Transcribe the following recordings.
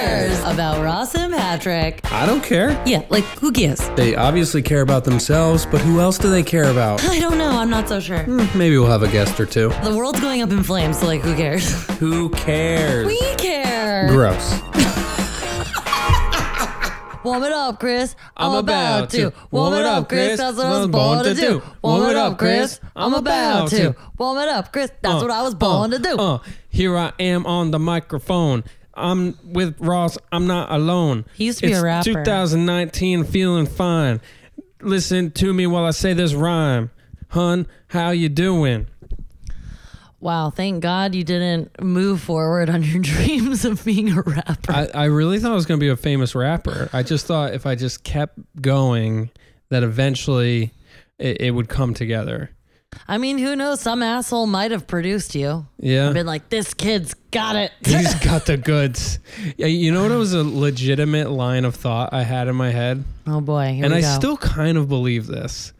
about Ross and Patrick. I don't care. Yeah, like who gives? They obviously care about themselves, but who else do they care about? I don't know. I'm not so sure. Maybe we'll have a guest or two. The world's going up in flames, so like who cares? Who cares? We care. Gross. Warm it up, Chris. I'm about to. Warm it up, Chris. That's what I was born to do. Warm it up, Chris. I'm about to. Warm it up, Chris. That's what I was born to do. Uh, here I am on the microphone. I'm with Ross. I'm not alone. He used to be It's a rapper. 2019, feeling fine. Listen to me while I say this rhyme. Hun, how you doing? Wow, thank God you didn't move forward on your dreams of being a rapper. I, I really thought I was going to be a famous rapper. I just thought if I just kept going, that eventually it, it would come together. I mean, who knows? Some asshole might have produced you. Yeah. Been like, this kid's got it. He's got the goods. Yeah, you know what? It was a legitimate line of thought I had in my head, oh boy, here and we I go. still kind of believe this.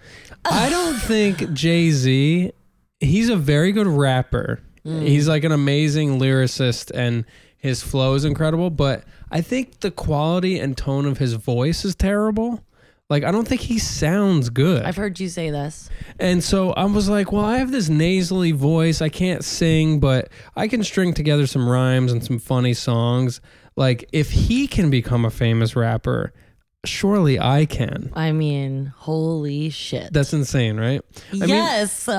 I don't think Jay Z. He's a very good rapper. He's like an amazing lyricist, and his flow is incredible. But I think the quality and tone of his voice is terrible. Like I don't think he sounds good. I've heard you say this. And so I was like, well, I have this nasally voice. I can't sing, but I can string together some rhymes and some funny songs. Like, if he can become a famous rapper, surely I can. I mean, holy shit. That's insane, right? I uh, yes. mean,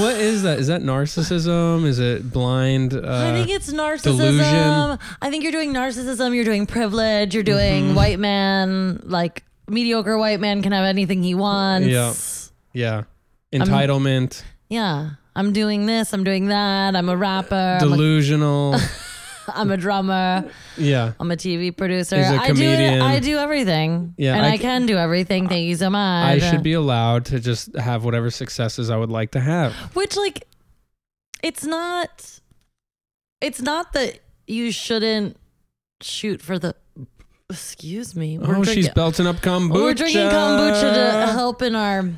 what is that? Is that narcissism? Is it blind? Uh, I think it's narcissism. delusion. I think you're doing narcissism. You're doing privilege. You're doing Mm-hmm. white man, like mediocre white man can have anything he wants. Yeah. yeah. Entitlement, Yeah. I'm doing this. I'm doing that. I'm a rapper. Uh, I'm a, delusional. I'm a drummer. yeah. I'm a TV producer. He's a I do comedian. it. I do everything. Yeah, And I I, c- can do everything. Thank you so much. I should be allowed to just have whatever successes I would like to have. Which like it's not it's not that you shouldn't shoot for the excuse me. oh, she's belting up kombucha. we're drinking kombucha to help in our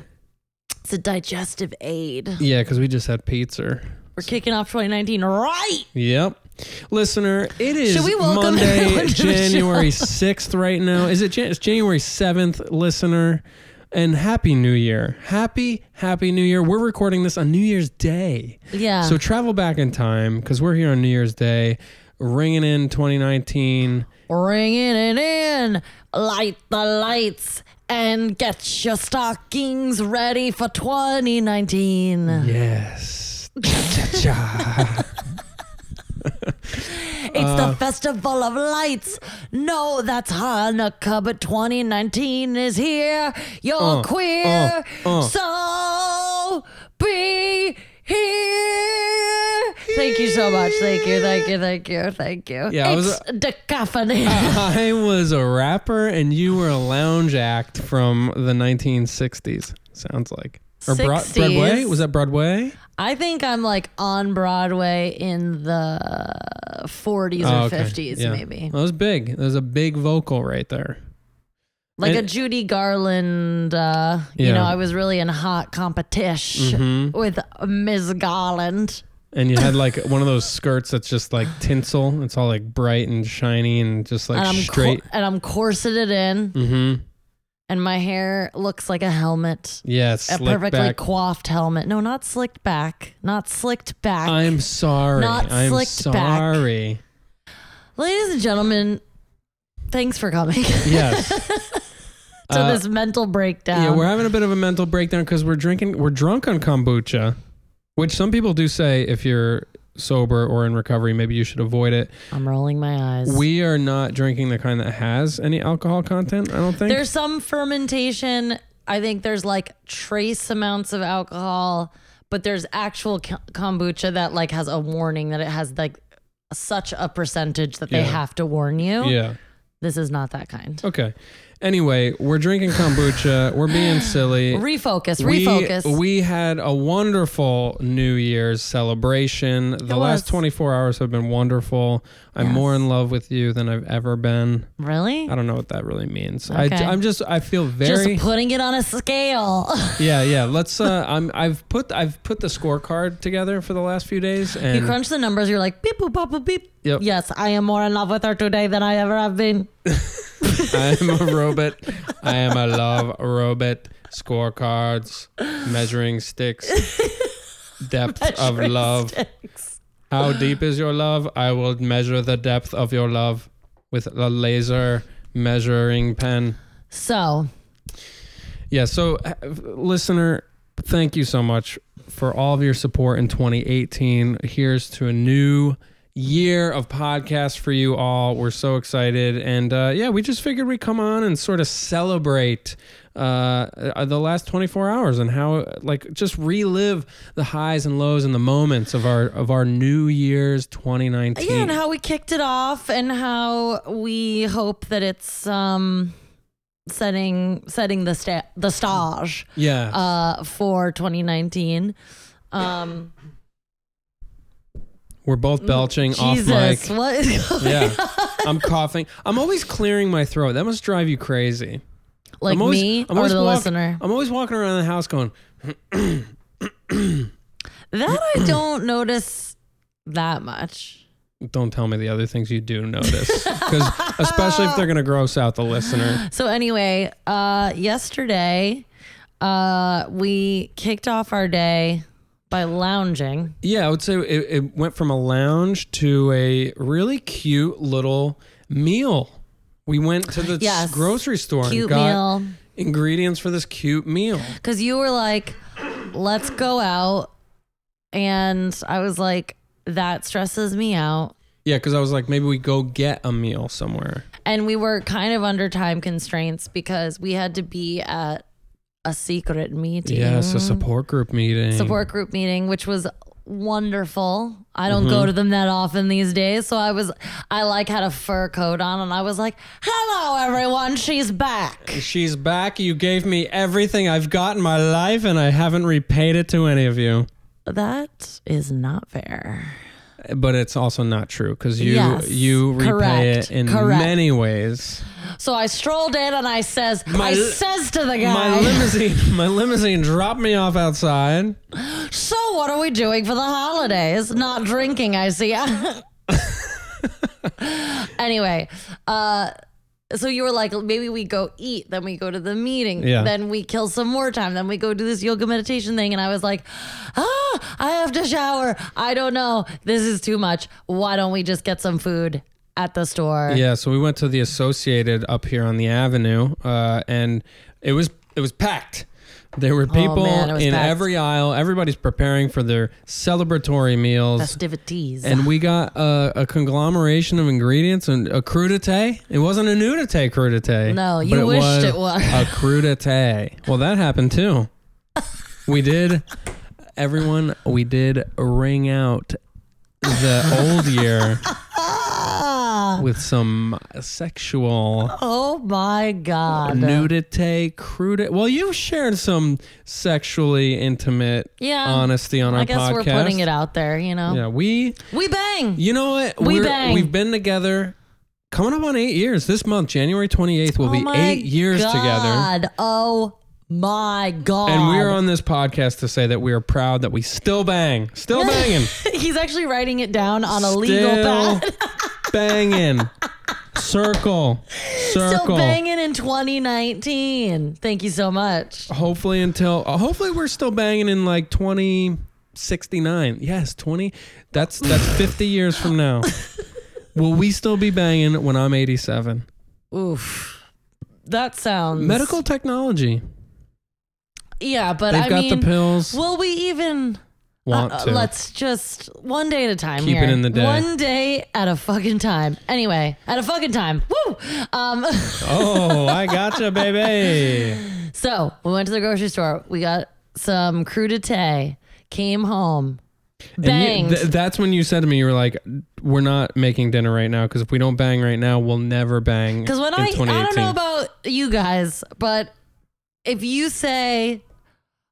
it's a digestive aid. Yeah, because we just had pizza. We're kicking off 2019 right. Yep. Listener, it is Should we welcome Monday, everyone to the show? January 6th right now. Is it Jan- it's January 7th, listener? And happy new year. Happy, happy new year. We're recording this on New Year's Day. Yeah. So travel back in time because we're here on New Year's Day, ringing in 2019. Bringing it in. Light the lights and get your stockings ready for 2019. Yes. Cha-cha. It's Uh. the Festival of Lights. No, that's Hanukkah, but 2019 is here. You're queer, uh. so be here. Thank you so much. Thank you, thank you, thank you, thank you. Yeah, I was- uh, it's decaffeinated. I was a rapper and you were a lounge act from the 1960s, sounds like. Or Broad- 60s. Broadway? Was that Broadway? I think I'm like on Broadway in the 40s Oh, or okay. 50s, Yeah. maybe. That was big. That was a big vocal right there. Like a And- Judy Garland, uh, you Yeah. Mm-hmm. know, I was really in hot competition with Ms. Garland. And you had like one of those skirts that's just like tinsel. It's all like bright and shiny and just like and I'm cor- straight. and I'm corseted in, mm-hmm. and my hair looks like a helmet, Yeah, a slick perfectly back. coiffed helmet. No, not slicked back, not slicked back. I'm sorry. Not I'm slicked back. sorry. Ladies and gentlemen, thanks for coming to Yes. Uh, this mental breakdown. Yeah, we're having a bit of a mental breakdown because we're drinking, we're drunk on kombucha, which some people do say if you're sober or in recovery, maybe you should avoid it. I'm rolling my eyes. We are not drinking the kind that has any alcohol content, I don't think. There's some fermentation. I think there's like trace amounts of alcohol, but there's actual k- kombucha that like has a warning that it has like such a percentage that they Yeah. have to warn you. yeah. This is not that kind. Okay. Anyway, we're drinking kombucha. we're being silly. Refocus, We- refocus. We, had a wonderful New Year's celebration. The was. last 24 hours have been wonderful. I'm Yes. more in love with you than I've ever been. really? I don't know what that really means. Okay. I, am just, I feel very, Just putting it on a scale. yeah, yeah. Let's, uh, I'm, I've put, I've put the scorecard together for the last few days you and crunch the numbers, you're like beep boop boop boop, beep. Yep. Yes, I am more in love with her today than I ever have been. I'm a robot. I am a love robot. Scorecards, measuring sticks, depth of Measuring love. sticks. How deep is your love? I will measure the depth of your love with a laser measuring pen. So Yeah, so uh, listener, thank you so much for all of your support in 2018. Here's to a new year of podcasts for you all. We're so excited. And uh, yeah, we just figured we'd come on and sort of celebrate uh, uh, the last 24 hours and how like just relive the highs and lows and the moments of our of our new year's 2019 yeah, and how we kicked it off, and how we hope that it's um setting setting the sta- the stage Yeah. uh for 2019. Um, we're both belching Jesus, off mic what is going? yeah i'm coughing i'm always clearing my throat that must drive you crazy Like I'm always- me I'm or always the walk- listener? I'm always walking around the house going, That I don't notice that much. don't tell me the other things you do notice. Because especially if they're going to gross out the listener. So anyway, uh, yesterday uh, we kicked off our day by lounging. Yeah, I would say it, it went from a lounge to a really cute little meal. We went to the Yes. grocery store and Cute got meal. ingredients for this cute meal. Because you were like, let's go out. And I was like, that stresses me out. Yeah, because I was like, maybe we go get a meal somewhere. And we were kind of under time constraints because we had to be at a secret meeting. Yes, a support group meeting. Mm. Support group meeting, which was wonderful. I don't Mm-hmm. go to them that often these days. So I was, I like had a fur coat on and I was like, hello, everyone, she's back. She's back. You gave me everything I've got in my life, and I haven't repaid it to any of you. That is not fair. but it's also not true because you Yes. you repay Correct. it in Correct. many ways. So I strolled in and I says, I My- says to the My guy, limousine, my limousine dropped me off outside. So what are we doing for the holidays? Not drinking, I see. anyway, uh so you were like maybe we go eat, then we go to the meeting, Yeah. then we kill some more time, then we go do this yoga meditation thing and I was like, "Ah, I have to shower. I don't know. This is too much. Why don't we just get some food at the store?" Yeah, so we went to the Associated up here on the Avenue, uh, and it was it was packed. There were people Oh, man, it was in packed. every aisle. Everybody's preparing for their celebratory meals. Festivities. and we got a, a conglomeration of ingredients and a crudité. It wasn't a nudité crudité. No, but you wished it was. a crudité. Well, that happened too. We did, everyone. We did ring out the old year with some sexual oh my god. nudité crudité. Well, you shared some sexually intimate Yeah. honesty on I our guess podcast. we're putting it out there, you know. Yeah, we We bang. You know what? We We're- bang. We've been together coming up on eight years. This month, January 28th, will be eight years together. Oh God. Oh my god. And we're on this podcast to say that we are proud that we still bang, still banging, He's actually writing it down on a legal still pad. banging. Circle, Still circle. banging in 2019. Thank you so much. Hopefully, until uh, hopefully we're still banging in like 2069. Yes, 20. That's that's 50 years from now. Will we still be banging when I'm 87? Oof. That sounds Medical technology. Yeah, but They've I got mean, the pills. will we even? want uh, to. Let's just one day at a time. Keep it here. in the day. One day at a fucking time. Anyway, at a fucking time. Woo. Um. oh, I gotcha, baby. So we went to the grocery store. We got some crudité. Came home. And Banged. you, th- that's when you said to me, you were like, "We're not making dinner right now because if we don't bang right now, we'll never bang." Because when in I, I 2018. don't know about you guys, but if you say,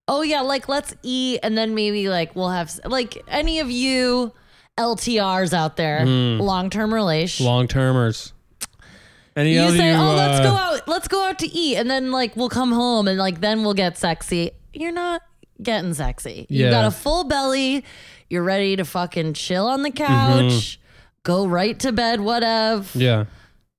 oh yeah, like let's eat and then maybe like we'll have, s- like any of you LTRs out there, long term relation. Hmm. long termers, any you other say, you, oh, let's uh, go out, let's go out to eat, and then like we'll come home and like then we'll get sexy. You're not getting sexy. You Yeah. got a full belly. You're ready to fucking chill on the Mm-hmm. couch, go right to bed, whatever. Yeah,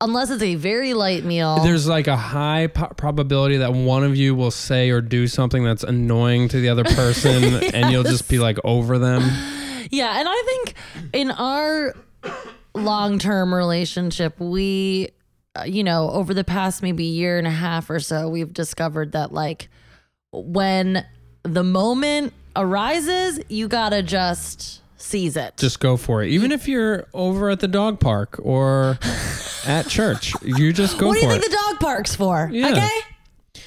Unless it's a very light meal. there's like a high po- probability that one of you will say or do something that's annoying to the other person, and you'll just be like over them. Yeah, and I think in our long term relationship, we, uh, you know, over the past maybe year and a half or so, we've discovered that like when the moment arises, you gotta just seize it. Just go for it, even if you're over at the dog park or at church. You just go what do for you think it. the dog park's for? Yeah. Okay.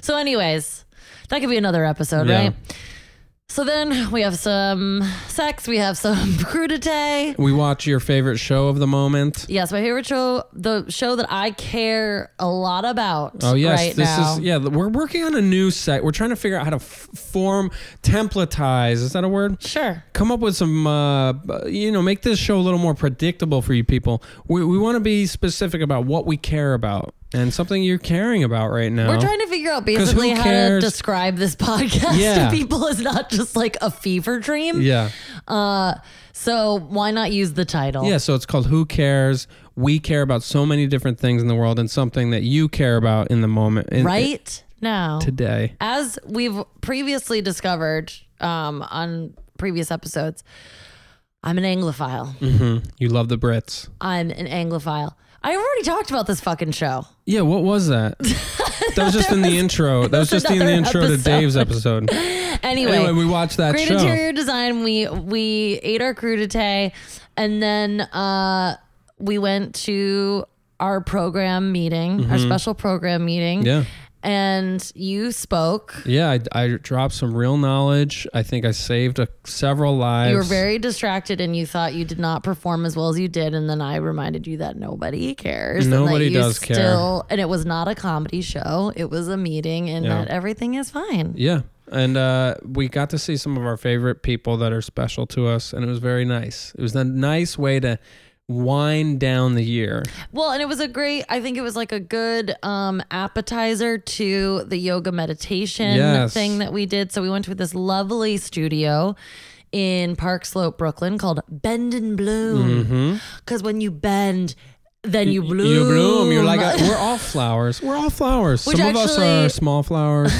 So, anyways, that could be another episode, Yeah. right? So then we have some sex, we have some crudité. we watch your favorite show of the moment. Yes, my favorite show, the show that I care a lot about. Oh yes, right this now. is yeah. We're working on a new site. We're trying to figure out how to f- form templatize. Is that a word? Sure. Come up with some, uh, b- you know, make this show a little more predictable for you people. We, we want to be specific about what we care about and something you're caring about right now. We're trying to figure out 'Cause who basically how to cares? describe this podcast Yeah. to people as not just like a fever dream. yeah, Uh, so why not use the title? yeah. So it's called Who Cares. We care about so many different things in the world and something that you care about in the moment, in- Right now. today. as we've previously discovered um, on previous episodes, I'm an Anglophile. Mm. You love the Brits. I'm an Anglophile. I already talked about this fucking show. Yeah, what was that? that was just in the intro. That was just in the another intro to episode. Dave's episode. Anyway, we watched that Great show. interior design. We we ate our crudité, and then uh, we went to our program meeting, our special program meeting. Mm-hmm. Yeah. And you spoke. Yeah, I, I dropped some real knowledge. I think I saved a, several lives. You were very distracted, and you thought you did not perform as well as you did. And then I reminded you that nobody cares. and that Nobody you does care. still, And it was not a comedy show; it was a meeting, and Yeah. that everything is fine. yeah, and uh, we got to see some of our favorite people that are special to us, and it was very nice. It was a nice way to wind down the year. Well, and it was a great, I think it was like a good um, appetizer to the yoga meditation Yes. thing that we did. So we went to this lovely studio in Park Slope, Brooklyn called Bend and Bloom. Because when you bend, then you bloom. Mm-hmm. You bloom. You're like a, we're all flowers. We're all flowers. Which some of us actually- are small flowers.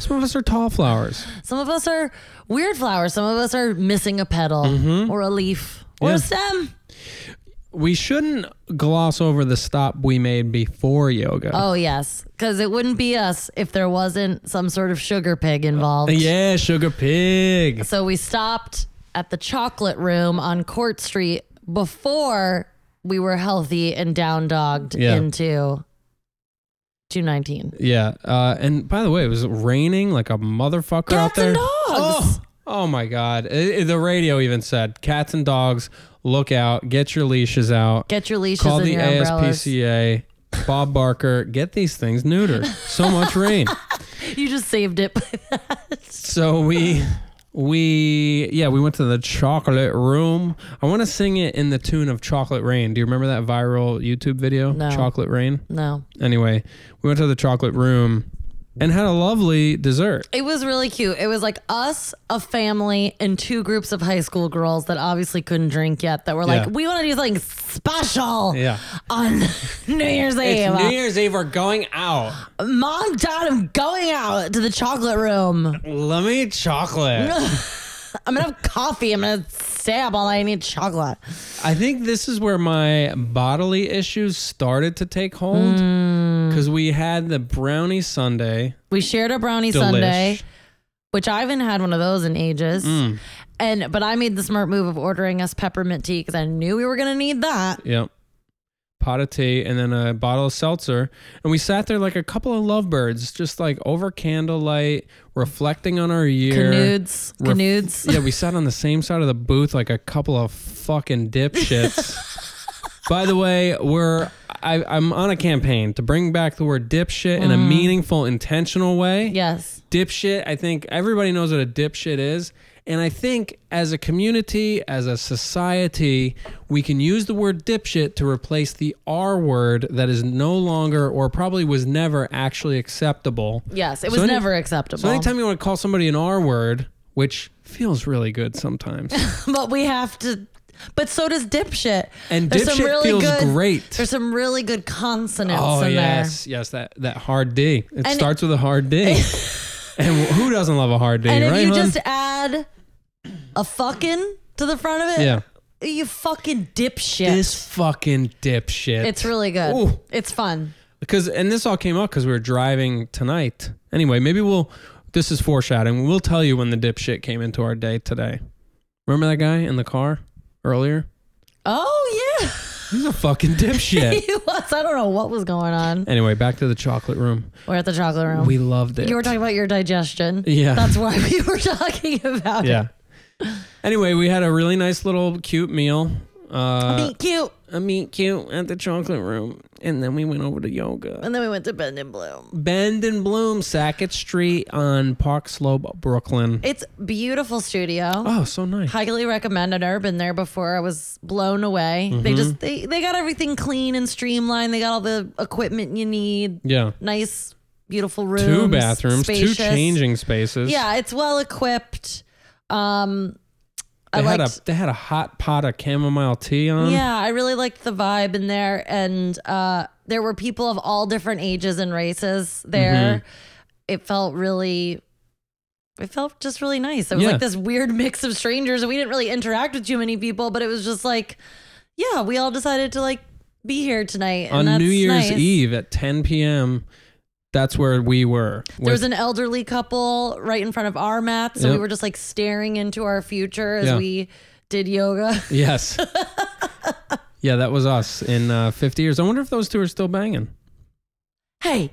some of us are tall flowers. Some of us are weird flowers. Some of us are missing a petal or a leaf or Mm-hmm. Yeah. a stem. We shouldn't gloss over the stop we made before yoga. Oh, yes. Because it wouldn't be us if there wasn't some sort of sugar pig involved. Yeah, sugar pig. So we stopped at the chocolate room on Court Street before we were healthy and down dogged Yeah. into 219. Yeah. Uh, and by the way, it was raining like a motherfucker out Cats there. and dogs. Oh, oh my God. It- it- the radio even said cats and dogs, look out, get your leashes out, Get your leashes call and the your umbrellas. ASPCA, Bob Barker, get these things neutered. So much rain. You just saved it. So we. We yeah we went to the chocolate room. I want to sing it in the tune of Chocolate Rain. Do you remember that viral YouTube video? No. Chocolate Rain. no. Anyway, we went to the chocolate room and had a lovely dessert. It was really cute. It was like us, a family, and two groups of high school girls that obviously couldn't drink yet that were like, Yeah. we want to do something special Yeah. on New Year's Eve. Year's Eve. We're going out. Mom, Dad, I'm going out to the chocolate room. Let me eat chocolate. I'm gonna have coffee. I'm gonna stay up all night and eat chocolate. I think this is where my bodily issues started to take hold Hmm. because we had the brownie Sunday. We shared a brownie Delish. sundae, which I haven't had one of those in ages. Mm. And but I made the smart move of ordering us peppermint tea because I knew we were gonna need that. Yep. pot of tea, and then a bottle of seltzer. And we sat there like a couple of lovebirds, just like over candlelight, reflecting on our year. Canoes, Ref- canoes. Yeah, we sat on the same side of the booth like a couple of fucking dipshits. By the way, we're I, I'm on a campaign to bring back the word dipshit in a meaningful, intentional way. Yes. Dipshit, I think everybody knows what a dipshit is. And I think as a community, as a society, we can use the word dipshit to replace the R word that is no longer or probably was never actually acceptable. Yes. It So was any- never acceptable. So anytime you want to call somebody an R word, which feels really good sometimes, but we have to. But so does dipshit. and There's some dipshit really feels good- great. There's some really good consonants Oh in yes, yes that that hard D. And- It starts with a hard D, and who doesn't love a hard D, there. And if right? you hon? just add a fucking to the front of it, yeah, you fucking dipshit. this fucking dipshit. it's really good. Ooh. It's fun. because and this all came up because we were driving tonight. Anyway, maybe we'll. This is foreshadowing. We'll tell you when the dipshit came into our day today. Remember that guy in the car earlier? Oh yeah. He's a fucking dipshit. he was. I don't know what was going on. anyway, back to the chocolate room. We're at the chocolate room. We loved it. you were talking about your digestion. Yeah. That's why we were talking about yeah. Anyway, we had a really nice little cute meal. it. Uh, Be cute. a meet cute at the chocolate room, and then we went over to yoga. And then we went to Bend and Bloom. Bend and Bloom, Sackett Street on Park Slope, Brooklyn. It's beautiful studio. Oh, so nice. Highly recommend. I've never been there before. I was blown away. Mm-hmm. They just they, they got everything clean and streamlined. They got all the equipment you need. Yeah, Nice, beautiful rooms. two bathrooms, spacious. two changing spaces. Yeah, it's well equipped. Um, they I had liked, a they had a hot pot of chamomile tea on. Yeah, I really liked the vibe in there, and uh, there were people of all different ages and races there. Mm-hmm. It felt really. It felt just really nice. It was Yeah. like this weird mix of strangers, and we didn't really interact with too many people, but it was just like, yeah, we all decided to like be here tonight. And on that's New Year's nice. Eve at 10 p.m. That's where we were. There was an with- elderly couple right in front of our mat, so we Yep. were just like staring into our future as Yeah. we did yoga. yes. yeah, that was us in uh, 50 years. I wonder if those two are still banging. hey,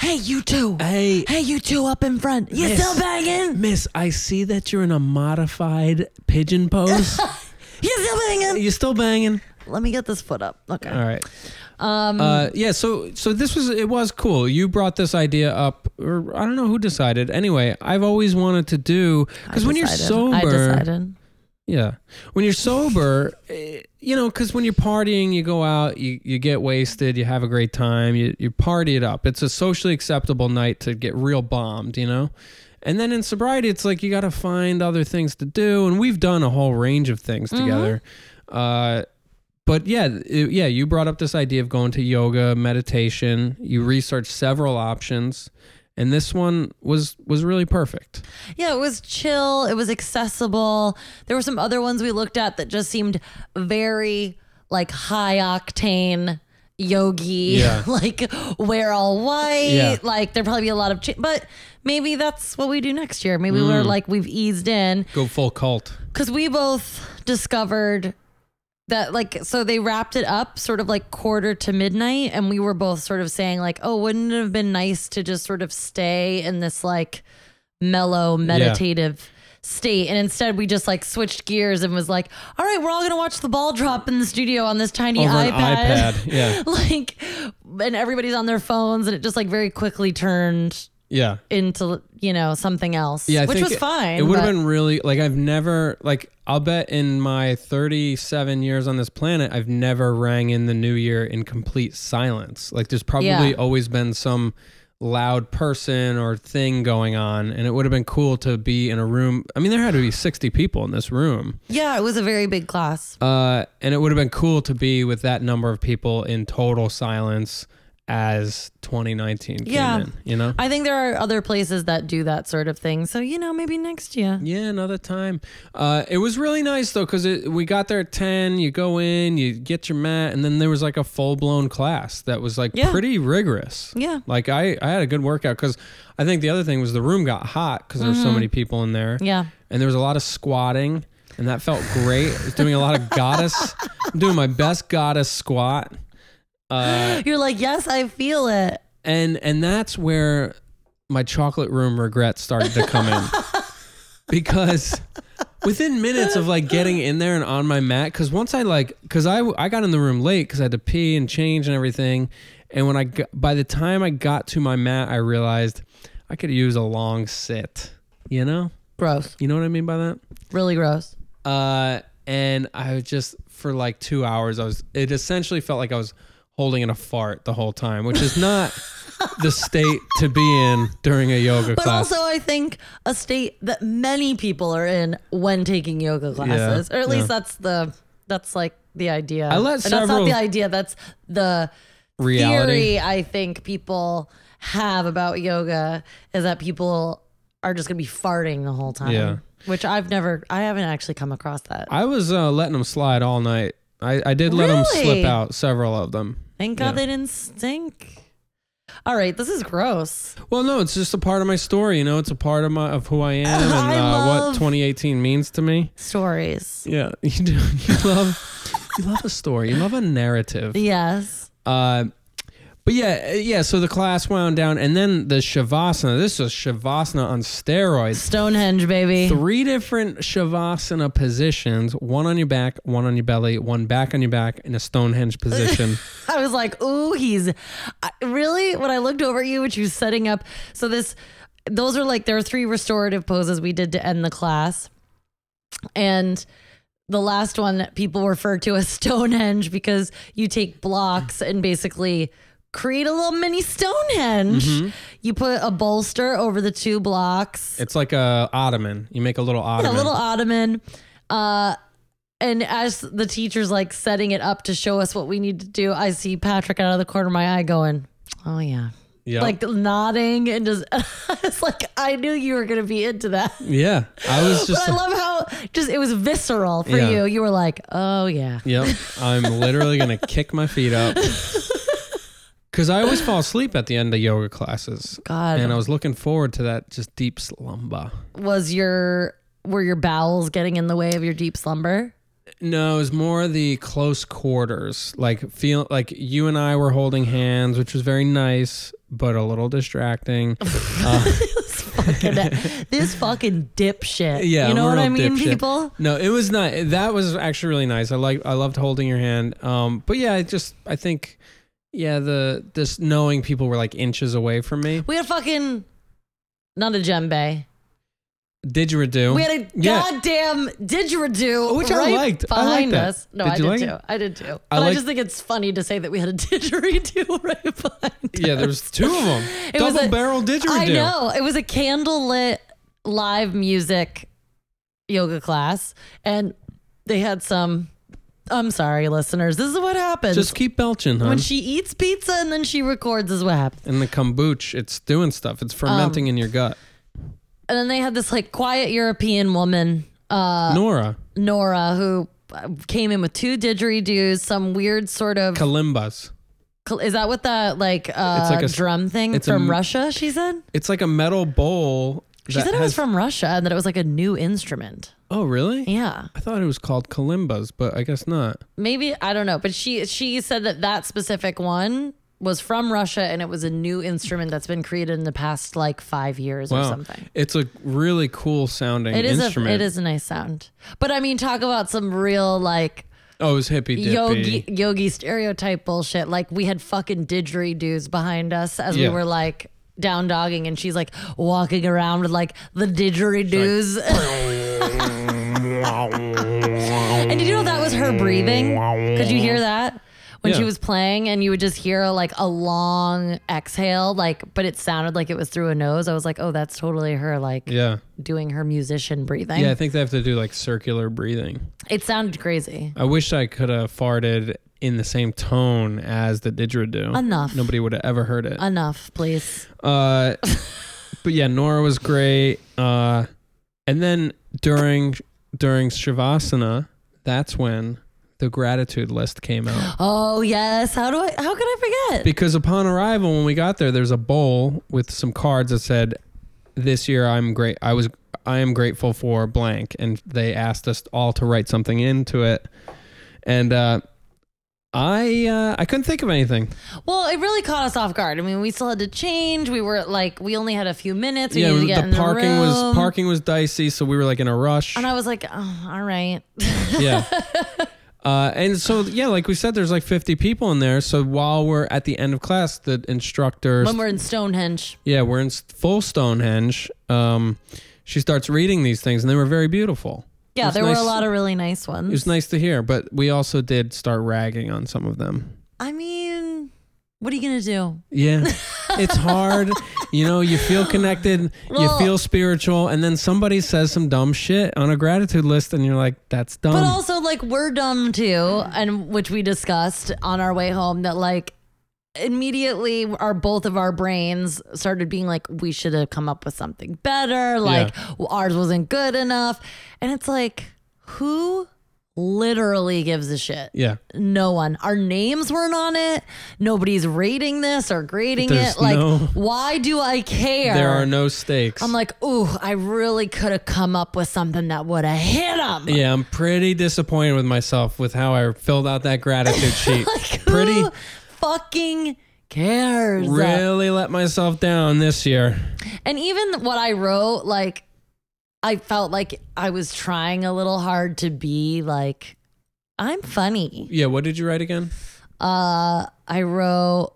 hey, you two. Hey, Hey, you two up in front. You Uh, Miss. still banging? Miss, I see that you're in a modified pigeon pose. You still banging? you still banging? Let me get this foot up. Okay. All right. Um, Uh, yeah. So, so this was it was cool. You brought this idea up, or I don't know who decided. Anyway, I've always wanted to do because I when you're decided. sober, I decided. yeah, when you're sober, eh, you know, because when you're partying, you go out, you you get wasted, you have a great time, you you party it up. It's a socially acceptable night to get real bombed, you know. And then in sobriety, it's like you got to find other things to do, and we've done a whole range of things together. Uh, but yeah, it- yeah, you brought up this idea of going to yoga, meditation. You researched several options, and this one was was really perfect. Yeah, it was chill. It was accessible. There were some other ones we looked at that just seemed very like high octane yogi. Yeah. like wear all white. Yeah. Like there'd probably be a lot of, ch- but maybe that's what we do next year. Maybe Mm. we're like we've eased in. Go full cult. because we both discovered that like so they wrapped it up sort of like quarter to midnight and we were both sort of saying like oh wouldn't it have been nice to just sort of stay in this like mellow meditative state and instead we just like switched gears and was like all right we're all gonna watch the ball drop in the studio on this tiny Over an ipad, iPad, yeah. like and everybody's on their phones and it just like very quickly turned Yeah, into you know something else Yeah, I which think was it- fine It would have but- been really like I've never like I'll bet in my 37 years on this planet I've never rang in the new year in complete silence. Like there's probably Yeah. always been some loud person or thing going on and it would have been cool to be in a room. I mean there had to be 60 people in this room. yeah it was a very big class Uh and it would have been cool to be with that number of people in total silence as 2019 came Yeah. in, you know? I think there are other places that do that sort of thing. So, you know, maybe next year. Yeah, another time. Uh, it was really nice though, because we got there at ten. You go in, you get your mat, and then there was like a full blown class that was like Yeah. pretty rigorous. Yeah. Like I, I had a good workout because I think the other thing was the room got hot because there were so many people in there. Mm-hmm. Yeah. and there was a lot of squatting, and that felt great. I was doing a lot of goddess, I'm doing my best goddess squat. Uh, You're like, yes, I feel it. and and that's where my chocolate room regret started to come in because within minutes of like getting in there and on my mat because once i like because I, I got in the room late because i had to pee and change and everything and when i got, by the time i got to my mat i realized i could use a long sit you know Gross. you know what i mean by that Really gross. uh, and I was just for like two hours. I was. It essentially felt like I was holding in a fart the whole time, which is not the state to be in during a yoga But class. also, I think a state that many people are in when taking yoga classes, or at yeah. least that's the that's like the idea. I let And that's several- not the idea. That's the Reality. theory I think people have about yoga is that people are just gonna be farting the whole time. Yeah. Which I've never, I haven't actually come across that. I was uh, letting them slide all night. I, I did let them slip Really? out several of them. Thank God they didn't stink. All right, this is gross. Well, no, it's just a part of my story. You know, it's a part of my of who I am and I uh, what love- 2018 means to me. Stories. Yeah, you do. You love you love a story. You love a narrative. Yes. Uh, but yeah, uh, yeah. So the class wound down, and then the shavasana. This was shavasana on steroids. Stonehenge, baby. Three different shavasana positions: one on your back, one on your belly, one back on your back, in a Stonehenge position. I was like, ooh, he's I, really. When I looked over at you, which you was setting up, so this, those are like there are three restorative poses we did to end the class, and the last one people refer to as Stonehenge because you take blocks and basically create a little mini Stonehenge. You put a bolster over the two blocks, it's like a ottoman. You make a little a ottoman. little ottoman, uh. And as the teacher's like setting it up to show us what we need to do, I see Patrick out of the corner of my eye going, Oh, yeah. Yep. Like nodding and just, it's like, I knew you were going to be into that. yeah. I was But just. I love how just it was visceral for Yeah. you. You were like, Oh, yeah. Yep. I'm literally gonna kick my feet up. Cause I always fall asleep at the end of yoga classes. God. And I was looking forward to that just deep slumber. Was your, were your bowels getting in the way of your deep slumber? No, it was more the close quarters. Like feel like you and I were holding hands, which was very nice, but a little distracting. Uh, Fucking- this fucking dipshit. Yeah, You know I'm a what I real mean, dipshit. people? no, it was not. That was actually really nice. I like I loved holding your hand. Um, but yeah, I just I think yeah the this knowing people were like inches away from me. We had fucking, not a djembe. Didgeridoo. We had a yeah. goddamn didgeridoo Which I right liked. I liked behind that. us. No, Did I you did like too. it? I did too. But I I, liked- just think it's funny to say that we had a didgeridoo right behind. Yeah, there was two of them. It was Double a- barrel didgeridoo. I know. It was a candlelit live music yoga class, and they had some. I'm sorry, listeners. This is what happens Just keep belching, huh? when she eats pizza and then she records. Is what happens. and the kombucha, it's doing stuff. Um, It's fermenting in your gut. And then they had this like quiet European woman. Uh, Nora, Nora, who uh, came in with two didgeridoos, some weird sort of. kalimbas. is that what that like, uh, It's like a- drum thing it's a from m- Russia? She said. It's like a metal bowl. She said it was from Russia and that it was like a new instrument. Oh, really? Yeah, I thought it was called kalimbas, but I guess not. maybe I don't know, but she she said that that specific one was from Russia and it was a new instrument that's been created in the past like five years or something. It's a really cool sounding It is a, instrument. it is a nice sound, but I mean, talk about some real like Oh, it was hippy dippy. yogi yogi stereotype bullshit. Like we had fucking didgeridoos behind us as Yeah. we were like down dogging, and she's like walking around with like the didgeridoos. and did you know that was her breathing? Could you hear that? When she Yeah. was playing, and you would just hear like a long exhale, like, but it sounded like it was through a nose. I was like, oh, that's totally her, like, Yeah. doing her musician breathing. Yeah, I think they have to do like circular breathing. It sounded crazy. I wish I could have farted in the same tone as the didgeridoo. Enough. Nobody would have ever heard it. Enough, please. Uh, but yeah, Nora was great. Uh, and then during during Shavasana, that's when the gratitude list came out. Oh yes. How do I? How could I forget? Because upon arrival, when we got there, there's a bowl with some cards that said, "This year I'm great. I was I am grateful for blank," and they asked us all to write something into it. And uh, I uh, I couldn't think of anything. Well, it really caught us off guard. I mean, we still had to change. We were like, we only had a few minutes. We yeah, needed to get the in parking the was room. parking was dicey, so we were like in a rush. And I was like, oh, all right. yeah. Uh, and so yeah, like we said, there's like 50 people in there. So while we're at the end of class, the instructors, when we're in Stonehenge, yeah, we're in s- full Stonehenge. Um, she starts reading these things, and they were very beautiful. It yeah, was there nice- were a lot of really nice It was ones. nice to hear, but we also did start ragging on some of them. I mean, what are you gonna do? Yeah, it's hard. you know, you feel connected, Well- you feel spiritual, and then somebody says some dumb shit on a gratitude list, and you're like, "That's dumb." But also, like, we're dumb too, and which we discussed on our way home that, like, immediately our both of our brains started being like, we should have come up with something better. Like, ours wasn't good enough. And it's like, who literally gives a shit? yeah, No one. Our names weren't on it. Nobody's rating this or grading There's it. Like, no- why do I care? there are no stakes. I'm like, ooh, I really could have come up with something that would have hit them. Yeah, I'm pretty disappointed with myself with how I filled out that gratitude sheet. pretty Who fucking cares? really let myself down this year. And even what I wrote, like, I felt like I was trying a little hard to be like, I'm funny. Yeah, what did you write again? Uh, I wrote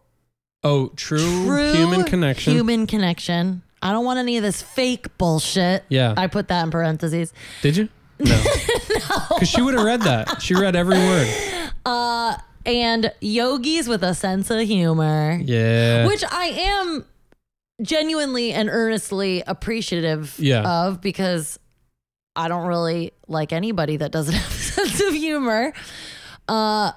Oh, true, true human connection. Human connection. I don't want any of this fake bullshit. Yeah. I put that in parentheses. did you? No. Cuz she would have read that. She read every word. And yogis with a sense of humor, Yeah. which I am genuinely and earnestly appreciative Yeah. of because I don't really like anybody that doesn't have a sense of humor. Uh,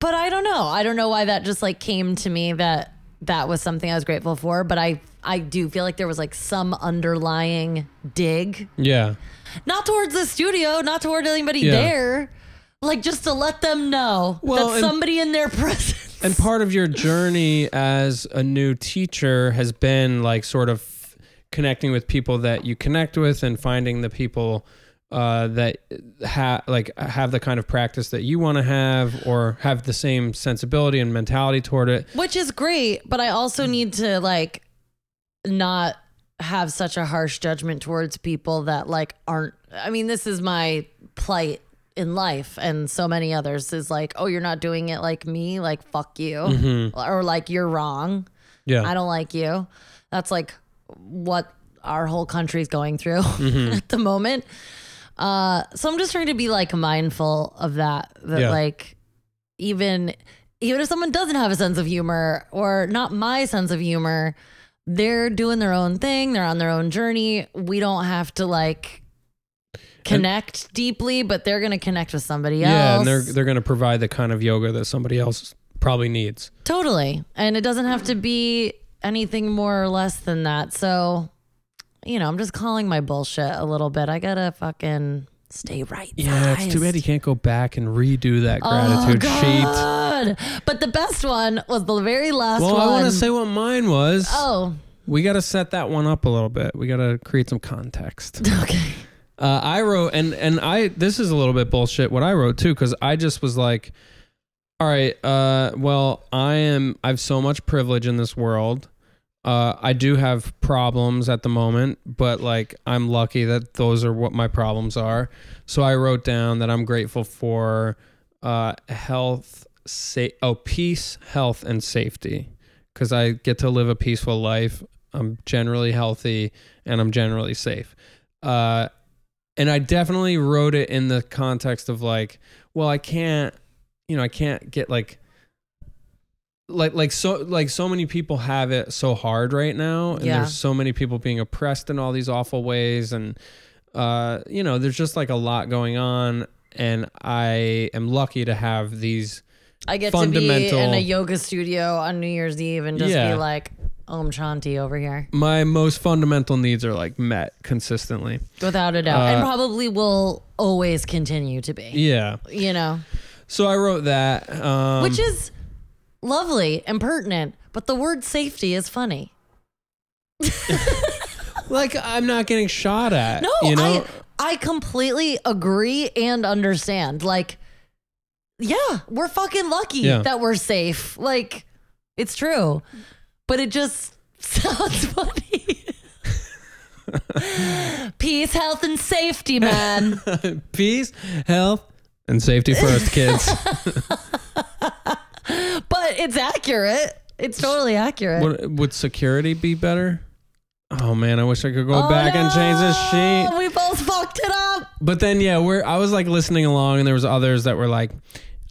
but I don't know. I don't know why that just like came to me that that was something I was grateful for. But I I do feel like there was like some underlying dig, yeah. not towards the studio, not toward anybody Yeah. there, like just to let them know Well, that and- somebody in their presence. And part of your journey as a new teacher has been like sort of connecting with people that you connect with and finding the people uh, that ha- like have the kind of practice that you want to have or have the same sensibility and mentality toward it. which is great but i also need to like not have such a harsh judgment towards people that like aren't i mean this is my plight in life and so many others is like oh you're not doing it like me like fuck you or like you're wrong Yeah. i don't like you that's like what our whole country's going through Mm-hmm. at the moment uh so i'm just trying to be like mindful of that that Yeah. like even even if someone doesn't have a sense of humor or not my sense of humor they're doing their own thing they're on their own journey we don't have to like connect deeply but they're gonna connect with somebody yeah, else and they're they're going to provide the kind of yoga that somebody else probably needs. Totally. And it doesn't have to be anything more or less than that. So, you know, I'm just calling my bullshit a little bit. I gotta fucking stay right. Oh, Yeah, it's too bad you can't go back and redo that gratitude sheet. God. But the best one was the very last Well, one. I want to say what mine was. Oh, We got to set that one up a little bit. We got to create some context. okay. Uh, I wrote, and and I this is a little bit bullshit what I wrote too, because I just was like, all right, uh, well, I am I have so much privilege in this world. Uh, I do have problems at the moment, but like I'm lucky that those are what my problems are. So I wrote down that I'm grateful for uh, health, sa- oh peace, health, and safety, because I get to live a peaceful life. I'm generally healthy and I'm generally safe. Uh, and I definitely wrote it in the context of like, well, I can't, you know, I can't get like, like, like so, like so many people have it so hard right now, and Yeah. there's so many people being oppressed in all these awful ways, and uh, you know, there's just like a lot going on, and I am lucky to have these. I get to be Fundamental- in a yoga studio on New Year's Eve and just Yeah. be like, Om Shanti over here. My most fundamental needs are like met consistently. Without a doubt. Uh, and probably will always continue to be. Yeah. You know? So I wrote that. Um, which is lovely and pertinent, but the word safety is funny. like I'm not getting shot at. No, you know. I I completely agree and understand. Like yeah, we're fucking lucky Yeah. that we're safe. Like, it's true. But it just sounds funny. Peace, health, and safety, man. Peace, health, and safety first, kids. but it's accurate. It's totally accurate. would, would security be better? Oh man, I wish I could go Oh, back and change this no, sheet. Oh, We both fucked it up. But then yeah, we're I was like listening along and there was others that were like,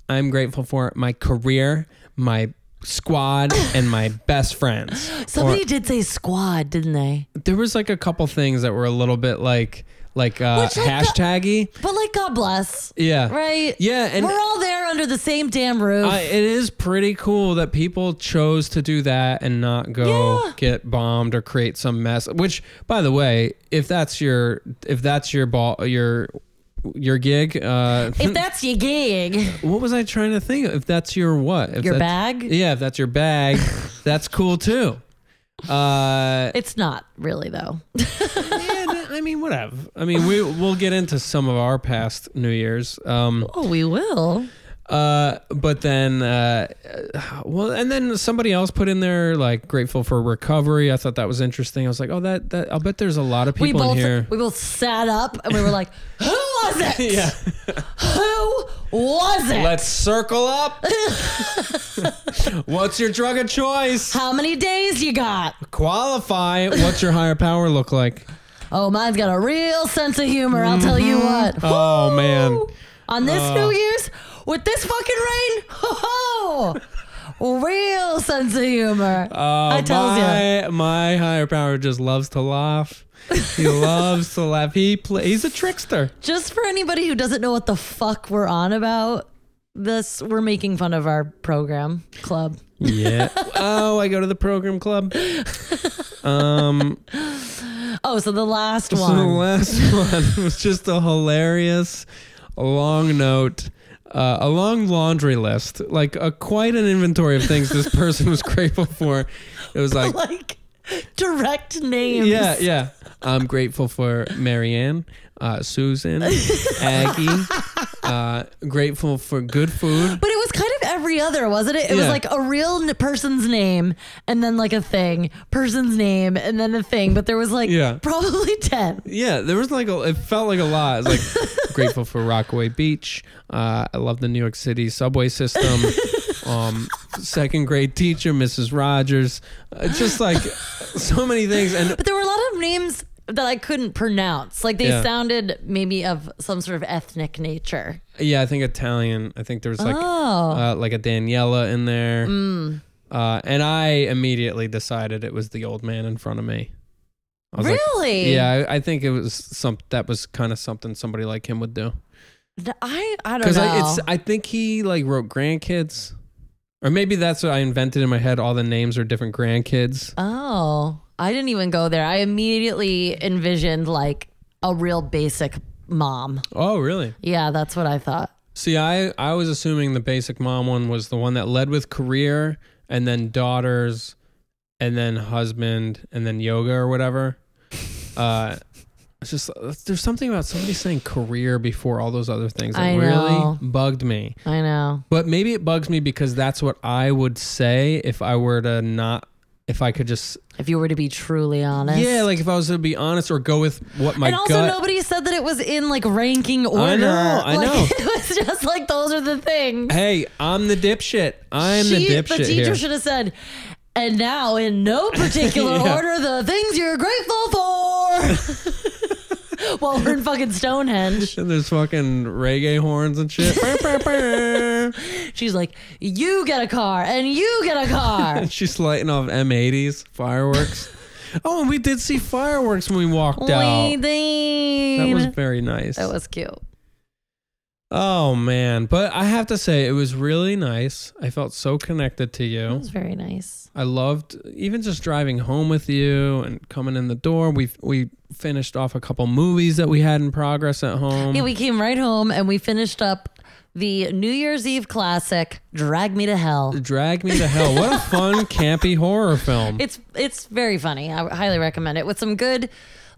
I'm grateful for my career, my squad, and my best friends. Somebody did say squad, didn't they? Or- there was like a couple things that were a little bit like like uh Which I got- hashtaggy. But like, God bless, Yeah. right? Yeah, and we're all there under the same damn roof. I, it is pretty cool that people chose to do that and not go Yeah. get bombed or create some mess. Which, by the way, if that's your if that's your ball your your gig, uh, if that's your gig, what was I trying to think? of? If that's your what? If your that's- bag, Yeah, if that's your bag, that's cool too. Uh, it's not really though. yeah, th- I mean, whatever. I mean, we we'll get into some of our past New Year's. Um, Oh, we will. Uh, but then, uh, uh, well, and then somebody else put in there like grateful for recovery. I thought that was interesting. I was like, oh, that that I'll bet there's a lot of We people both in here. we both sat up and we were like, "Who was it? yeah, Who was it? let's circle up. What's your drug of choice? How many days you got? Qualify. What's your higher power look like? Oh, mine's got a real sense of humor. I'll tell you what. Oh man, Uh. On this New Year's, with this fucking rain, ho ho, real sense of humor. uh, I tells ya. my my higher power just loves to laugh. He loves to laugh. He play, he's a trickster. Just for anybody who doesn't know what the fuck we're on about, this we're making fun of our program club. Yeah. oh, I go to the program club. Oh, so the last So the one. last one was just a hilarious long note, uh, a long laundry list, like a quite an inventory of things this person was grateful for. It was like, Like direct names. yeah, yeah. I'm grateful for Marianne, uh, Susan, Aggie. Uh, grateful for good food. But it was kind of every other, wasn't it? It was Yeah. like a real n- person's name and then like a thing, person's name and then a thing. But there was like Yeah. probably 10. Yeah, there was like a, it felt like a lot. It was like grateful for Rockaway Beach. Uh, I love the New York City subway system. Um, second grade teacher, Mrs. Rogers. Uh, just like so many things. And But there were a lot of names that I couldn't pronounce. Like they Yeah. sounded maybe of some sort of ethnic nature. yeah, I think Italian. I think there was like oh. Mm. uh, like a Daniela in there. Uh, and I immediately decided it was the old man in front of me. I was like, really? yeah, I, I think it was some that was kind of something somebody like him would do. N- I I don't Because know. I, it's, I think he like wrote grandkids, or maybe that's what I invented in my head. All the names are different grandkids. oh, I didn't even go there. I immediately envisioned like a real basic mom. Oh, really? Yeah, that's what I thought. See, I I was assuming the basic mom one was the one that led with career, and then daughters, and then husband, and then yoga or whatever. Uh, it's just there's something about somebody saying career before all those other things that I really know. bugged me. I know. But maybe it bugs me because that's what I would say if I were to not. If I could just If you were to be truly honest. Yeah, like if I was to be honest or go with what my and also, gut. nobody said that it was in like ranking order. know, I like, know. It was just like those are the things. hey, I'm the dipshit. I'm She- the dipshit teacher here. should have said, and now in no particular Yeah. order, the things you're grateful for. While we're in fucking Stonehenge, and there's fucking reggae horns and shit. Brr, brr, brr. she's like, "You get a car, and you get a car." and she's lighting off M80s fireworks. oh, and we did see fireworks when we walked We out. That did. was very nice. that was cute. oh man, but I have to say it was really nice. I felt so connected to That you. was very nice. I loved even just driving home with you and coming in the door. We we finished off a couple movies that we had in progress at home. Yeah, we came right home and we finished up the New Year's Eve classic, Drag Me to Hell. Drag Me to Hell. What a fun, campy horror film. It's it's very funny. I highly recommend it with some good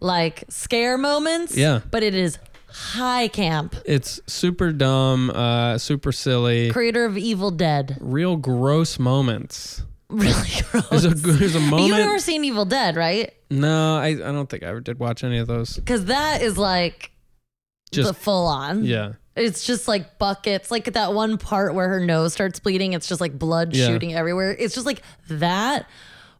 like scare moments. Yeah. But it is high camp. It's super dumb, uh, super silly, Creator of Evil Dead. real gross moments. Really gross. There's a there's a You've never moment. seen Evil Dead, right? No, I, I don't think I ever did watch any of those. Because that is like the Just full on. yeah, It's just like buckets, like that one part where her nose starts bleeding. It's just like blood Yeah. shooting everywhere. It's just like that,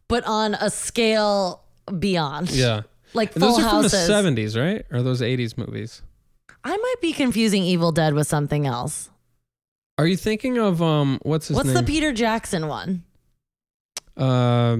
but on a scale beyond. yeah. Like And full those are from the houses. seventies, right? Or those eighties movies? I might be confusing Evil Dead with something else. Are you thinking of um what's his What's the name? Peter Jackson one? uh,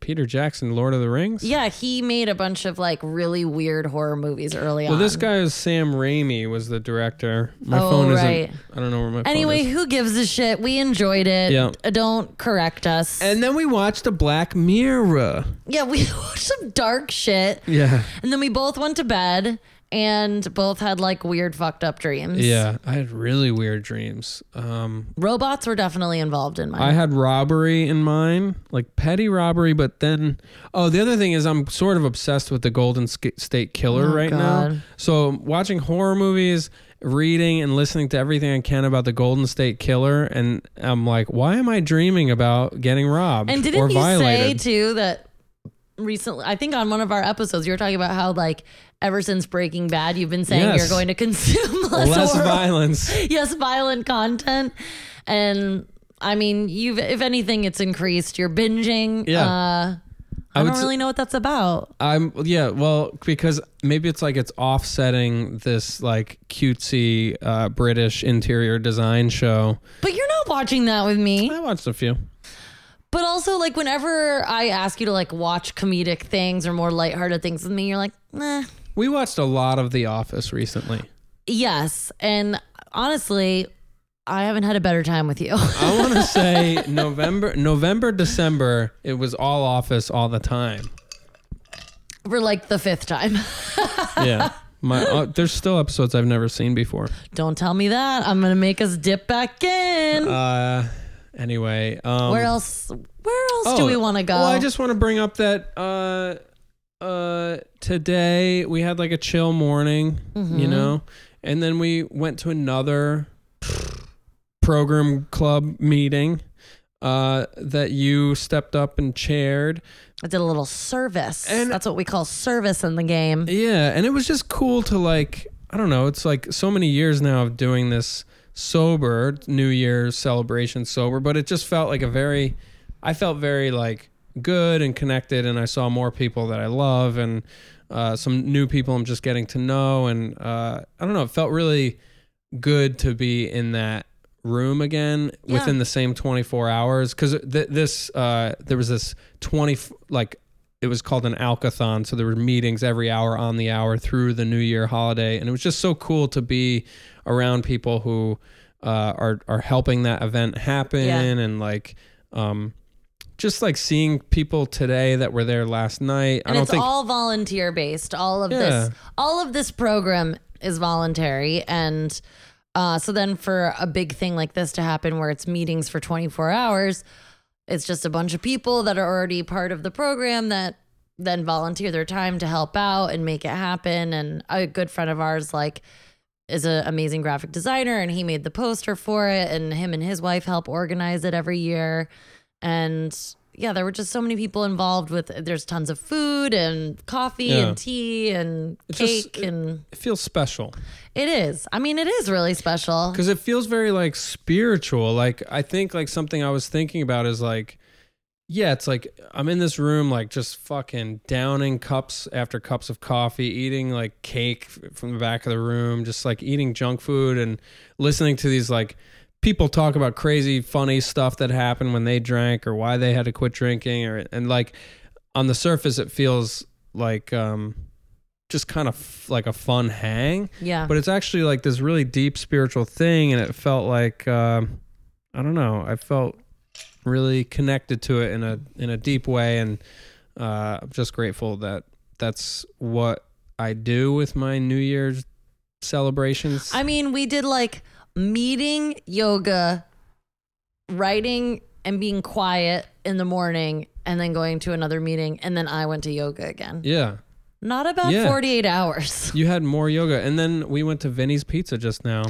Peter Jackson, Lord of the Rings. Yeah, he made a bunch of like really weird horror movies early Well, on. this guy is Sam Raimi, was the director. My Oh, phone isn't. right. I don't know where my Anyway, phone is. who gives a shit? We enjoyed it. Yeah. Uh, Don't correct us. And then we watched the Black Mirror. yeah, we watched some dark shit. Yeah. And then we both went to bed and both had like weird fucked up dreams. Yeah, I had really weird dreams. Um, Robots were definitely involved in mine. I had robbery in mine, like petty robbery, but then oh, the other thing is I'm sort of obsessed with the Golden Sk- State Killer Oh, right now. God. So watching horror movies, reading and listening to everything I can about the Golden State Killer, and I'm like, why am I dreaming about getting robbed and or didn't you say violated? too that recently I think on one of our episodes you were talking about how like ever since Breaking Bad you've been saying Yes. you're going to consume less, Less horror- violence. yes, violent content. And I mean, you've if anything, it's increased. You're binging. Yeah. Uh, I, would don't s- really know what that's about. I'm yeah, well, because maybe it's like it's offsetting this like cutesy uh, British interior design show. But you're not watching that with me. I watched a few. But also, like, whenever I ask you to like watch comedic things or more lighthearted things with me, you're like, nah. We watched a lot of The Office recently. Yes. And honestly, I haven't had a better time with you. I want to say November, November, December. It was all Office all the time. For like the fifth time. Yeah, my uh, there's still episodes I've never seen before. Don't tell me that. I'm gonna make us dip back in. Uh, anyway, um, oh, where else? Where else do we want to go? Well, I just want to bring up that uh, uh, today we had like a chill morning, you know, and then we went to another program club meeting uh, that you stepped up and chaired. I did a little service. And- That's what we call service in the game. Yeah, and it was just cool to like I don't know, it's like so many years now of doing this sober New Year's celebration sober, but it just felt like a very I felt very like good and connected and I saw more people that I love and uh, some new people I'm just getting to know and uh, I don't know, it felt really good to be in that room again Yeah. within the same 24 hours because th- this uh, there was this 20 f- like it was called an alcathon so there were meetings every hour on the hour through the new year holiday and it was just so cool to be around people who uh, are are helping that event happen Yeah. and like um just like seeing people today that were there last night i And don't it's think all volunteer based. All of Yeah. this all of this program is voluntary and uh, so then for a big thing like this to happen where it's meetings for 24 hours, it's just a bunch of people that are already part of the program that then volunteer their time to help out and make it happen and a good friend of ours like is an amazing graphic designer and he made the poster for it and him and his wife help organize it every year and yeah there were just so many people involved with there's tons of food and coffee Yeah. and tea and just- cake and it feels special it is i mean it is really special because it feels very like spiritual like i think like something i was thinking about is like yeah it's like i'm in this room like just fucking downing cups after cups of coffee eating like cake f- from the back of the room just like eating junk food and listening to these like people talk about crazy funny stuff that happened when they drank or why they had to quit drinking or and like on the surface it feels like um just kind of f- like a fun hang yeah but it's actually like this really deep spiritual thing and it felt like um i don't know i felt really connected to it in a in a deep way and uh, i'm just grateful that that's what i do with my new year's celebrations I mean, we did like meeting yoga, writing and being quiet in the morning, and then going to another meeting, and then I went to yoga again. yeah Not about Yeah. 48 hours. You had more yoga, and then we went to Vinny's Pizza just now.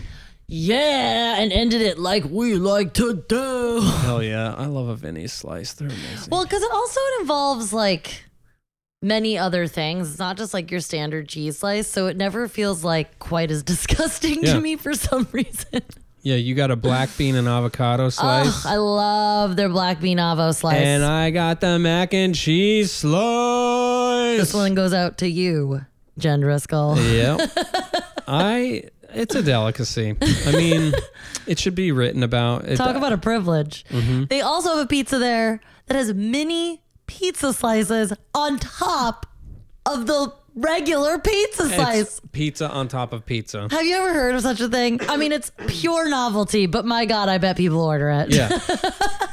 Yeah, and ended it like we like to do. Hell yeah, I love a Vinny's slice. They're amazing. Well, because it also involves like many other things. It's not just like your standard cheese slice, so it never feels like quite as disgusting Yeah. to me for some reason. yeah, you got a black bean and avocado Oh, slice, I love their black bean avo slice. and I got the mac and cheese slice. this one goes out to you, Jen Driscoll. Yep. I. It's a delicacy. I mean, it should be written about. It, Talk about a privilege. Mm-hmm. They also have a pizza there that has mini pizza slices on top of the regular pizza slice. it's pizza on top of pizza. Have you ever heard of such a thing? I mean, it's pure novelty, but my God, I bet people order it. Yeah.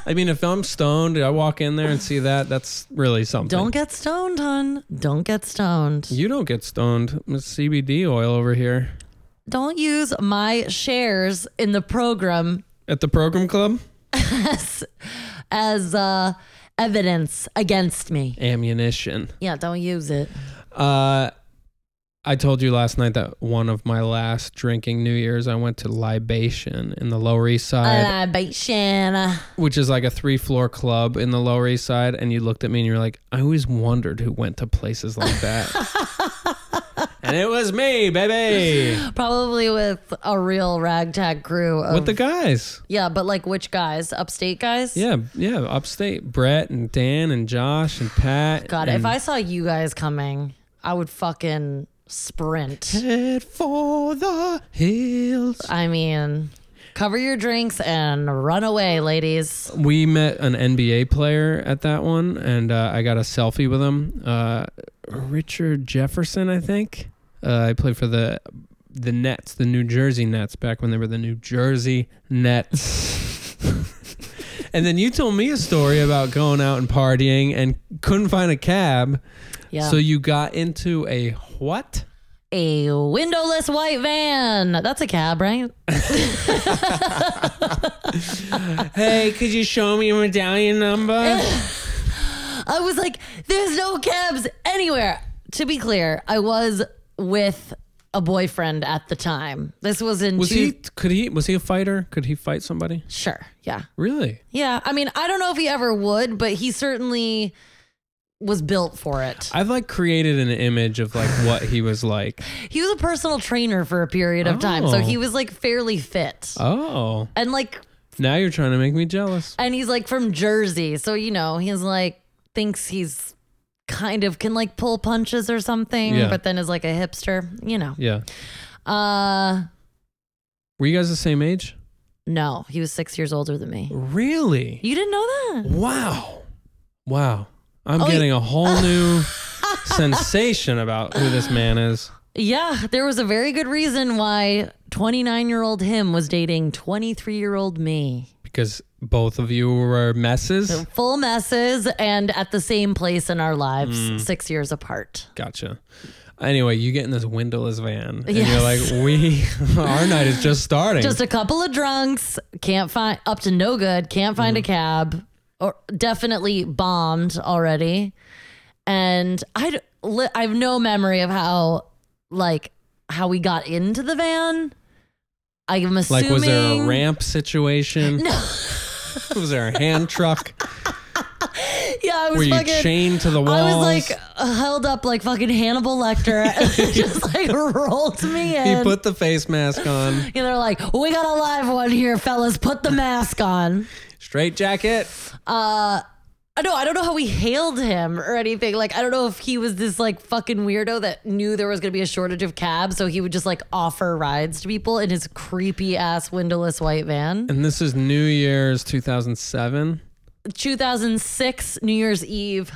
I mean, if I'm stoned, I walk in there and see that. That's really something. Don't get stoned, hun. Don't get stoned. You don't get stoned. It's CBD oil over here Don't use my shares in the program at the program club. as uh, evidence against me. Ammunition. Yeah, don't use it. Uh, I told you last night that one of my last drinking New Year's, I went to Libation in the Lower East Side. Libation. which is like a three floor club in the Lower East Side, and you looked at me and you were like, I always wondered who went to places like that. and it was me, baby. Probably with a real ragtag crew. Of, With the guys. yeah, but like which guys? Upstate guys? Yeah, yeah, upstate. Brett and Dan and Josh and Pat. God, and if I saw you guys coming, I would fucking sprint. Head for the hills. I mean, cover your drinks and run away, ladies. We met an NBA player at that one, and uh, I got a selfie with him. Uh, Richard Jefferson, I think. Uh, I played for the the Nets, the New Jersey Nets, back when they were the New Jersey Nets. and then you told me a story about going out and partying and couldn't find a cab, Yeah. so you got into a what? a windowless white van. That's a cab, right? Hey, could you show me your medallion number? I was like, there's no cabs anywhere. To be clear, I was with a boyfriend at the time. This was in Was two- he? Could he? Was he a fighter? Could he fight somebody? sure, yeah, Really? yeah. I mean, I don't know if he ever would, but he certainly was built for it. I've like created an image of like what he was like. He was a personal trainer for a period of time, so Oh. he was like fairly fit Oh, and like now you're trying to make me jealous. and he's like from Jersey, so you know he's like thinks he's kind of can like pull punches or something, Yeah. but then is like a hipster, you know. Yeah. Uh, Were you guys the same age? no, he was six years older than me. Really? You didn't know that? Wow. Wow. I'm Oh, you- getting a whole new sensation about who this man is. Yeah, there was a very good reason why 29 year old him was dating 23 year old me. Because both of you were messes. Full messes and at the same place in our lives, six years apart. Gotcha. Anyway, you get in this windowless van and Yes. you're like, we, our night is just starting. Just a couple of drunks, can't find up to no good, can't find Mm-hmm. a cab, or definitely bombed already. And I d- li- I have no memory of how like how we got into the van. I'm assuming like, was there a ramp situation? was there a hand truck? Yeah, I Were was you fucking. chained to the walls? I was like held up like fucking Hannibal Lecter, and just like rolled me in. He put the face mask on, and they're like, "We got a live one here, fellas. Put the mask on." straight jacket. I know I don't know how we hailed him or anything. Like I don't know if he was this like fucking weirdo that knew there was gonna be a shortage of cabs, so he would just like offer rides to people in his creepy ass windowless white van. And this is New Year's 2007. 2006 New Year's Eve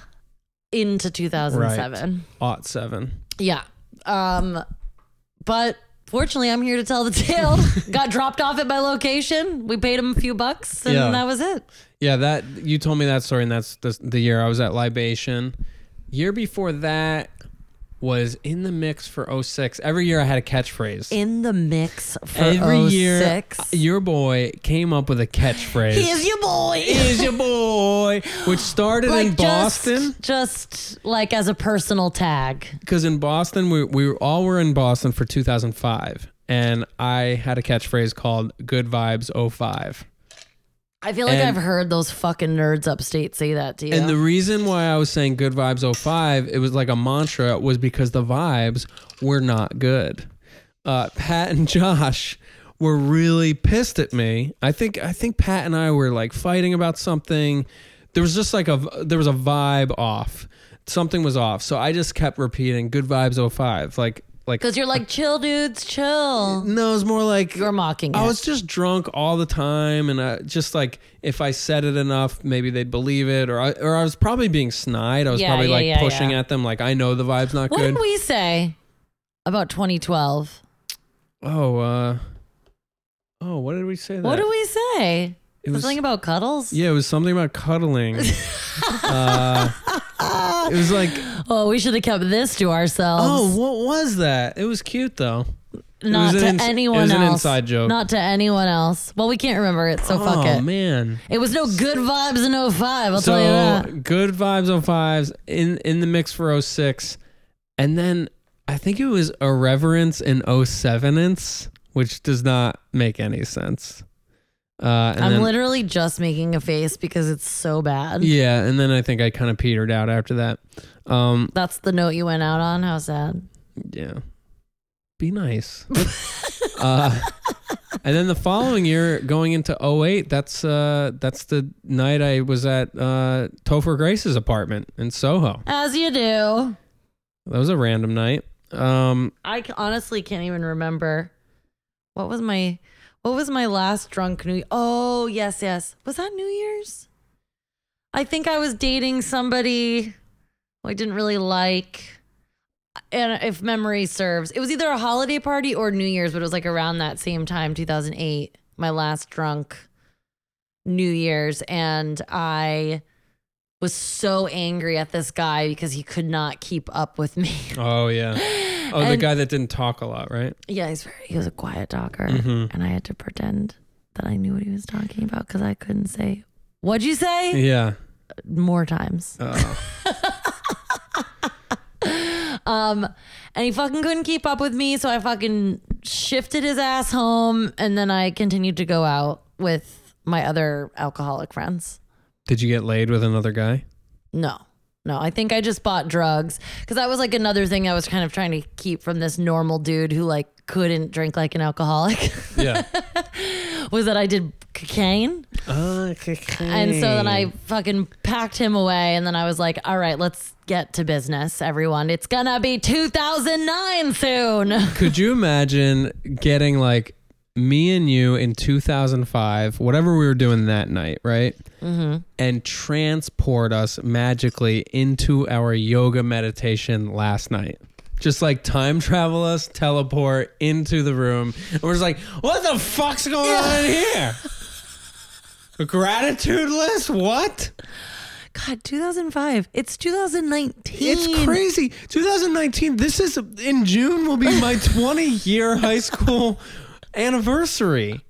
into 2007. Aught seven. Yeah. Um, but fortunately, I'm here to tell the tale. Got dropped off at my location. We paid him a few bucks, and Yeah. that was it. Yeah, that you told me that story, and that's the, the year I was at Libation. Year before that, was in the mix for 06. Every year I had a catchphrase. in the mix for Every year, 06. your boy came up with a catchphrase. Here's your boy. Is your boy, which started in Boston. Just, just like as a personal tag. Because in Boston, we, we all were in Boston for 2005. And I had a catchphrase called Good Vibes 05. I feel like And- I've heard those fucking nerds upstate say that to you. And the reason why I was saying good vibes 05, it was like a mantra, was because the vibes were not good. Uh, Pat and Josh were really pissed at me. I think I think Pat and I were like fighting about something. There was just like a there was a vibe off. Something was off. So I just kept repeating good vibes 05. Like like Because you're like, chill, dudes, chill. no, it was more like You're mocking I it. was just drunk all the time, and I, just like if I said it enough, maybe they'd believe it, or I, or I was probably being snide. I was Yeah, probably yeah, like yeah, pushing yeah. at them, like I know the vibe's not what good. did we say about 2012? oh, uh, oh, what did we say? That What do we say? It was Something about cuddles? yeah, it was something about cuddling. uh, it was like Ah! Oh, we should have kept this to ourselves. oh, what was that? It was cute though. not was to an ins- it anyone was an else. inside joke. Not to anyone else. Well, we can't remember it, so fuck oh it. man. It was no good vibes in 05, I'll tell you so that. good vibes on fives in in the mix for 06 and then i think it was irreverence in 07 -ence, oh which does not make any sense uh and I'm then, literally just making a face because it's so bad. yeah and then i think i kind of petered out after that um That's the note you went out on. How sad. yeah be nice uh and then the following year going into 08 that's uh that's the night i was at uh topher grace's apartment in soho As you do. that was a random night um I c- honestly can't even remember. What was my what was my last drunk New Oh, yes, yes. Was that New Year's? I think I was dating somebody who I didn't really like. And if memory serves, it was either a holiday party or New Year's, but it was like around that same time, 2008, my last drunk New Year's and I was so angry at this guy because he could not keep up with me. Oh yeah. Oh, the And- guy that didn't talk a lot, right? Yeah, he's very, he was a quiet talker, Mhm. and I had to pretend that I knew what he was talking about because I couldn't say. What'd you say? Yeah. More times. Oh. Um, and he fucking couldn't keep up with me, so I fucking shifted his ass home, and then I continued to go out with my other alcoholic friends. Did you get laid with another guy? No. No, I think I just bought drugs because that was like another thing I was kind of trying to keep from this normal dude who like couldn't drink like an alcoholic Yeah. was that I did cocaine. And so then Mm. I fucking packed him away. And then I was like, all right, let's get to business, everyone. It's going to be 2009 soon. Could you imagine getting like me and you in 2005, whatever we were doing that night, right? Mm-hmm. And transport us magically into our yoga meditation last night. Just like time travel us, teleport into the room. And we're just like, what the fuck's going on in here? A gratitude list? What? God, 2005. It's 2019. It's crazy. 2019. This is in June. Will be my 20 year high school anniversary.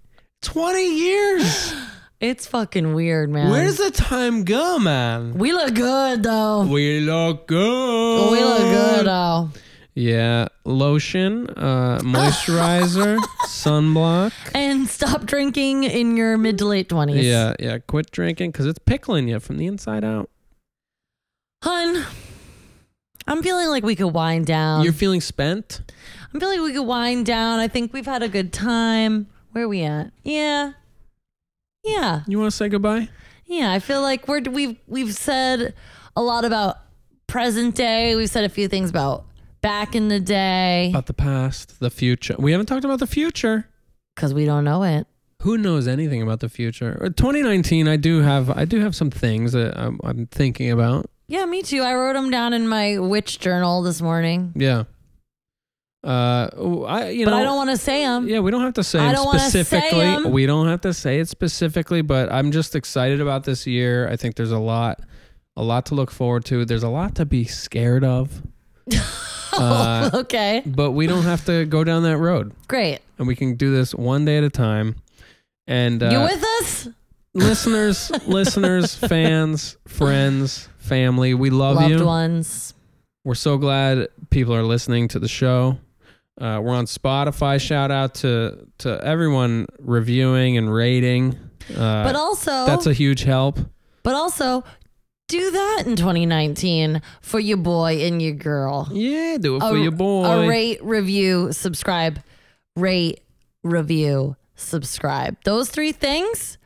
20 years. It's fucking weird, man. Where does the time go, man? we look good, though. We look good. We look good, though. Yeah, lotion, uh, moisturizer, sunblock. And stop drinking in your mid to late 20s. Yeah, yeah. Quit drinking because it's pickling you from the inside out. Hun, I'm feeling like we could wind down. You're feeling spent. I'm feeling like we could wind down. I think we've had a good time. Where are we at? Yeah. Yeah. You want to say goodbye? Yeah, I feel like we're we've we've said a lot about present day. We've said a few things about back in the day About the past, the future. We haven't talked about the future. because we don't know it. who knows anything about the future? Uh, 2019, I do have I do have some things that I'm, I'm thinking about. Yeah, me too. I wrote them down in my witch journal this morning, Yeah. Uh, oh, I you but know I don't want to say them. yeah we don't have to say I it don't wanna say specifically. 'em. We don't have to say it specifically, but I'm just excited about this year. I think there's a lot a lot to look forward to. There's a lot to be scared of. Uh, okay. but we don't have to go down that road, Great. and we can do this one day at a time. And uh, you with us? listeners, listeners, fans, friends, family, we love Loved you. ones. We're so glad people are listening to the show. Uh, we're on Spotify. Shout out to to everyone reviewing and rating. Uh, But also that's a huge help. but also do that in 2019 for your boy and your girl. Yeah, do it for a- your boy. A rate, review, subscribe. Rate, review, subscribe. Those three things,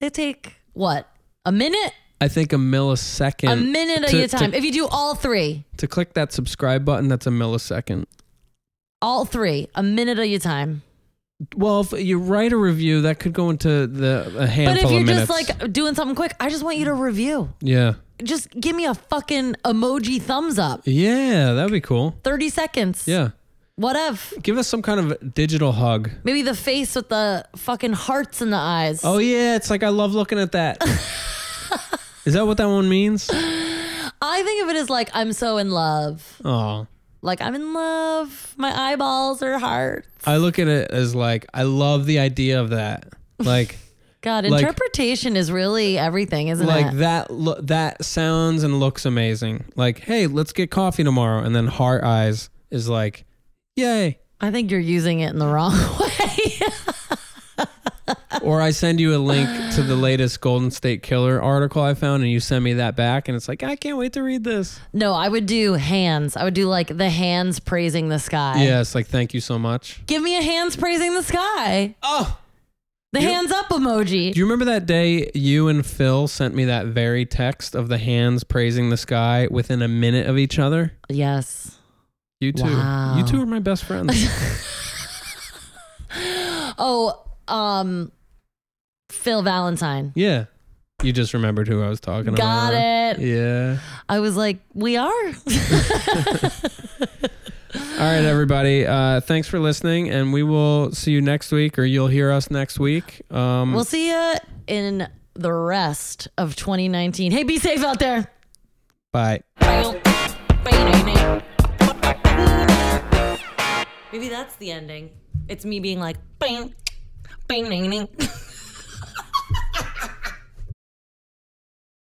they take what? A minute? I think a millisecond. a minute to- at a to- time. if you do all three, to click that subscribe button, that's a millisecond. all three, a minute at a time. Well, if you write a review, that could go into the a handful But if you're of minutes. just like doing something quick, I just want you to review. yeah, Just give me a fucking emoji thumbs up. yeah, that'd be cool. 30 seconds. Yeah, Whatever. give us some kind of digital hug. Maybe the face with the fucking hearts in the eyes. Oh yeah, it's like I love looking at that. Is that what that one means? I think of it as like, I'm so in love. Oh, Like, I'm in love. My eyeballs are hard. I look at it as like I love the idea of that. Like. God, Like- interpretation is really everything, isn't like it? that lo- that sounds and looks amazing like hey let's get coffee tomorrow and then heart eyes is like yay I think you're using it in the wrong way. or i send you a link to the latest golden state killer article i found and you send me that back and it's like i can't wait to read this no, I would do hands. I would do like the hands praising the sky. yeah it's like thank you so much Give me a hands praising the sky. oh The hands up emoji. do you remember that day you and phil sent me that very text of the hands praising the sky within a minute of each other yes. you two Wow. you two are my best friends Oh, um, Phil Valentine. yeah you just remembered who i was talking about Got it. yeah I was like, we are. All right, everybody. Uh, thanks for listening, and we will see you next week, or you'll hear us next week. Um, we'll see you in the rest of 2019. Hey, be safe out there. bye. Maybe that's the ending. It's me being like, bing, bing, ding, ding.